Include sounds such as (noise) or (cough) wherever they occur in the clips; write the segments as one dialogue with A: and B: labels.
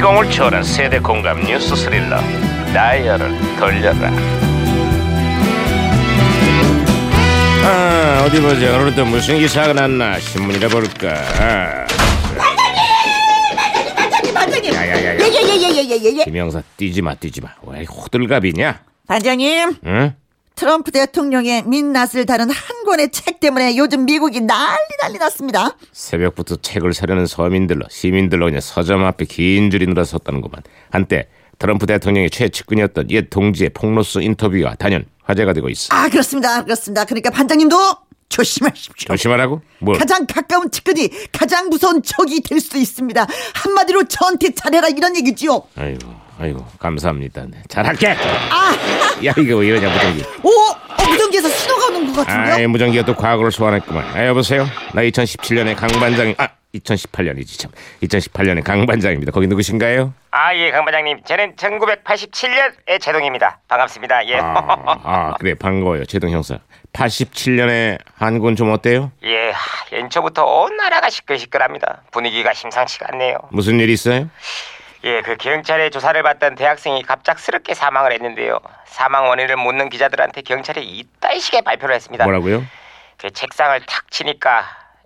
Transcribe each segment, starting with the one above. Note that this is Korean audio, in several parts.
A: 파동을 초월한 세대 공감 뉴스 스릴러 다이얼을 돌려라
B: 아, 어디 보자. 오늘은 또 무슨 기사가 났나? 신문이라 볼까. 아,
C: 반장님.
B: 야야야야.
C: 예, 예예예예예예예.
B: 김영사 뛰지 마, 뛰지 마. 왜 호들갑이냐?
C: 반장님,
B: 응?
C: 트럼프 대통령의 예. 민낯을 다룬 한 권의 책 때문에 요즘 미국이 난리 난리 났습니다.
B: 새벽부터 책을 사려는 서민들로 시민들로 그냥 서점 앞에 긴 줄이 늘어섰다는구만. 한때 트럼프 대통령의 최측근이었던 옛 동지의 폭로스 인터뷰가 단연 화제가 되고 있어.
C: 아 그렇습니다, 그렇습니다. 그러니까 반장님도 조심하십시오.
B: 조심하라고? 뭘?
C: 가장 가까운 측근이 가장 무서운 적이 될 수도 있습니다. 한마디로 저한테 잘해라 이런 얘기지요.
B: 아이고, 아이고, 감사합니다. 네, 잘할게.
C: 아,
B: 야 이거 왜 이러냐 무전기.
C: 오, 어, 무전기에서 신호가 오는 것 같은데요.
B: 아이 무전기가 또 과거를 소환했구만. 아 여보세요. 나 2017년에 강 반장이 아 2018년이지 참. 2018년에 강 반장입니다. 거기 누구신가요?
D: 아, 예, 강 반장님. 저는 1987년의 제동입니다. 반갑습니다. 예.
B: 아, 아 그래 반가워요 제동 형사. 87년에 한군 좀 어때요?
D: (laughs) 예, 하, 연초부터 온 나라가 시끌시끌합니다. 분위기가 심상치가 않네요.
B: 무슨 일 있어요?
D: 예, 그 경찰의 조사를 받던 대학생이 갑작스럽게 사망을 했는데요. 사망 원인을 묻는 기자들한테 경찰이 이딴 식의 발표를 했습니다.
B: 뭐라고요?
D: 그 책상을 탁 치니까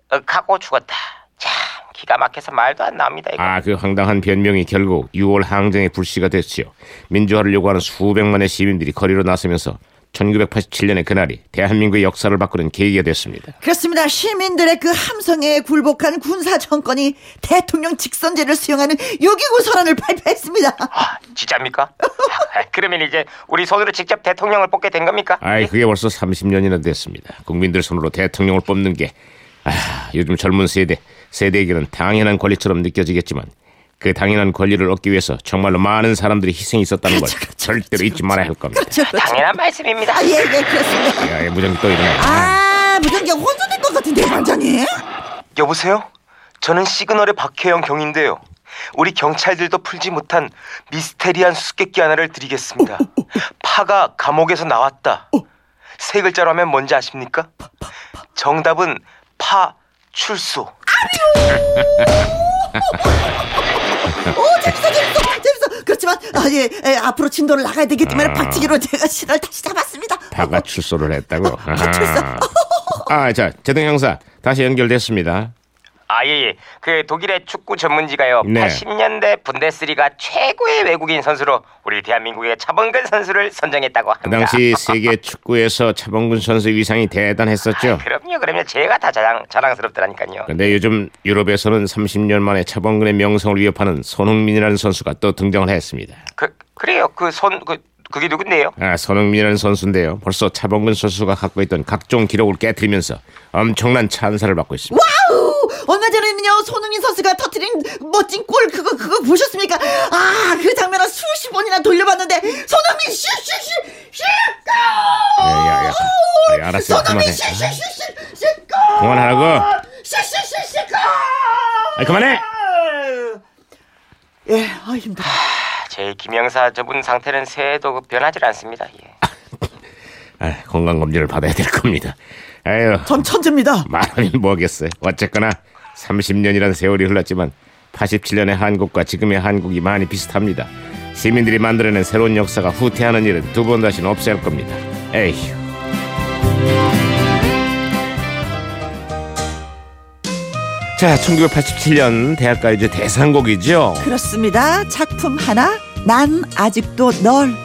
D: 억하고 죽었다. 참, 기가 막혀서 말도 안 나옵니다. 이거.
B: 아 그 황당한 변명이 결국 6월 항쟁의 불씨가 됐지요. 민주화를 요구하는 수백만의 시민들이 거리로 나서면서 1987년의 그날이 대한민국의 역사를 바꾸는 계기가 됐습니다.
C: 그렇습니다. 시민들의 그 함성에 굴복한 군사 정권이 대통령 직선제를 수용하는 6.29 선언을 발표했습니다.
D: 아, 진짜입니까? (laughs) 아, 그러면 이제 우리 손으로 직접 대통령을 뽑게 된 겁니까?
B: 아이 그게 벌써 30년이나 됐습니다. 국민들 손으로 대통령을 뽑는 게 아, 요즘 젊은 세대 세대에게는 당연한 권리처럼 느껴지겠지만 그 당연한 권리를 얻기 위해서 정말로 많은 사람들이 희생이 있었다는
C: 그렇죠,
B: 걸 절대로 잊지 말아야 할 겁니다.
D: 당연한 말씀입니다.
C: 아, 예, 예, 그렇습니다.
B: 야, 야, 무전기 또 이러네.
C: 아, 무전기가 혼선된 것 같은데, 반장님?
D: 여보세요? 저는 시그널의 박혜영 경인데요. 우리 경찰들도 풀지 못한 미스테리한 수수께끼 하나를 드리겠습니다. 파가 감옥에서 나왔다. 세 글자로 하면 뭔지 아십니까? 정답은 파 출소.
C: 오, 재밌어, 재밌어, 재밌어. 그렇지만, 아, 예, 예, 앞으로 진도를 나가야 되기 때문에 박치기로 제가 시를 다시 잡았습니다.
B: 아.
C: 어,
B: 다가 출소를
C: (laughs)
B: 했다고.
C: 아, 출소.
B: 아, 자, 제동 형사 다시 연결됐습니다.
D: 아 예예. 그 독일의 축구 전문지가요.
B: 네.
D: 80년대 분데스리가 최고의 외국인 선수로 우리 대한민국의 차범근 선수를 선정했다고 합니다.
B: 그 당시 세계 축구에서 차범근 선수 위상이 대단했었죠.
D: 그럼요, 그럼요. 제가 다 자랑 자랑스럽더라니까요.
B: 근데 요즘 유럽에서는 30년 만에 차범근의 명성을 위협하는 손흥민이라는 선수가 또 등장을 했습니다.
D: 그 그래요. 그 손 그 그게 누군데요?
B: 아, 손흥민이라는 선수인데요. 벌써 차범근 선수가 갖고 있던 각종 기록을 깨뜨리면서 엄청난 찬사를 받고 있습니다.
C: 와우! 얼마 전에는요, 손흥민 선수가 터트린 멋진 골, 그거, 그거 보셨습니까? 아, 그 장면을 수십 번이나 돌려봤는데, 손흥민 슛, 슛, 슛, 슛, 골! 아,
B: 야, 야, 야. 야, 예, 알았어요.
C: 손흥민
B: 그만해.
C: 슛, 슛, 슛, 슛, 슛, 골!
B: 그만하라고.
C: 슛, 슛, 슛, 슛, 골!
B: 아, 그만해.
C: 예, 아, 힘들어.
D: 제 김영사 저분 상태는 새해도 변하지 않습니다. 예.
B: 아, 건강 검진을 받아야 될 겁니다. 아유,
C: 전 천재입니다.
B: 말하면 뭐겠어요. 어쨌거나 30년이라는 세월이 흘렀지만 87년의 한국과 지금의 한국이 많이 비슷합니다. 시민들이 만들어낸 새로운 역사가 후퇴하는 일은 두 번 다시는 없어야 할 겁니다. 에휴. 자, 1987년 대학가요제 대상곡이죠.
C: 그렇습니다. 작품 하나, 난 아직도 널.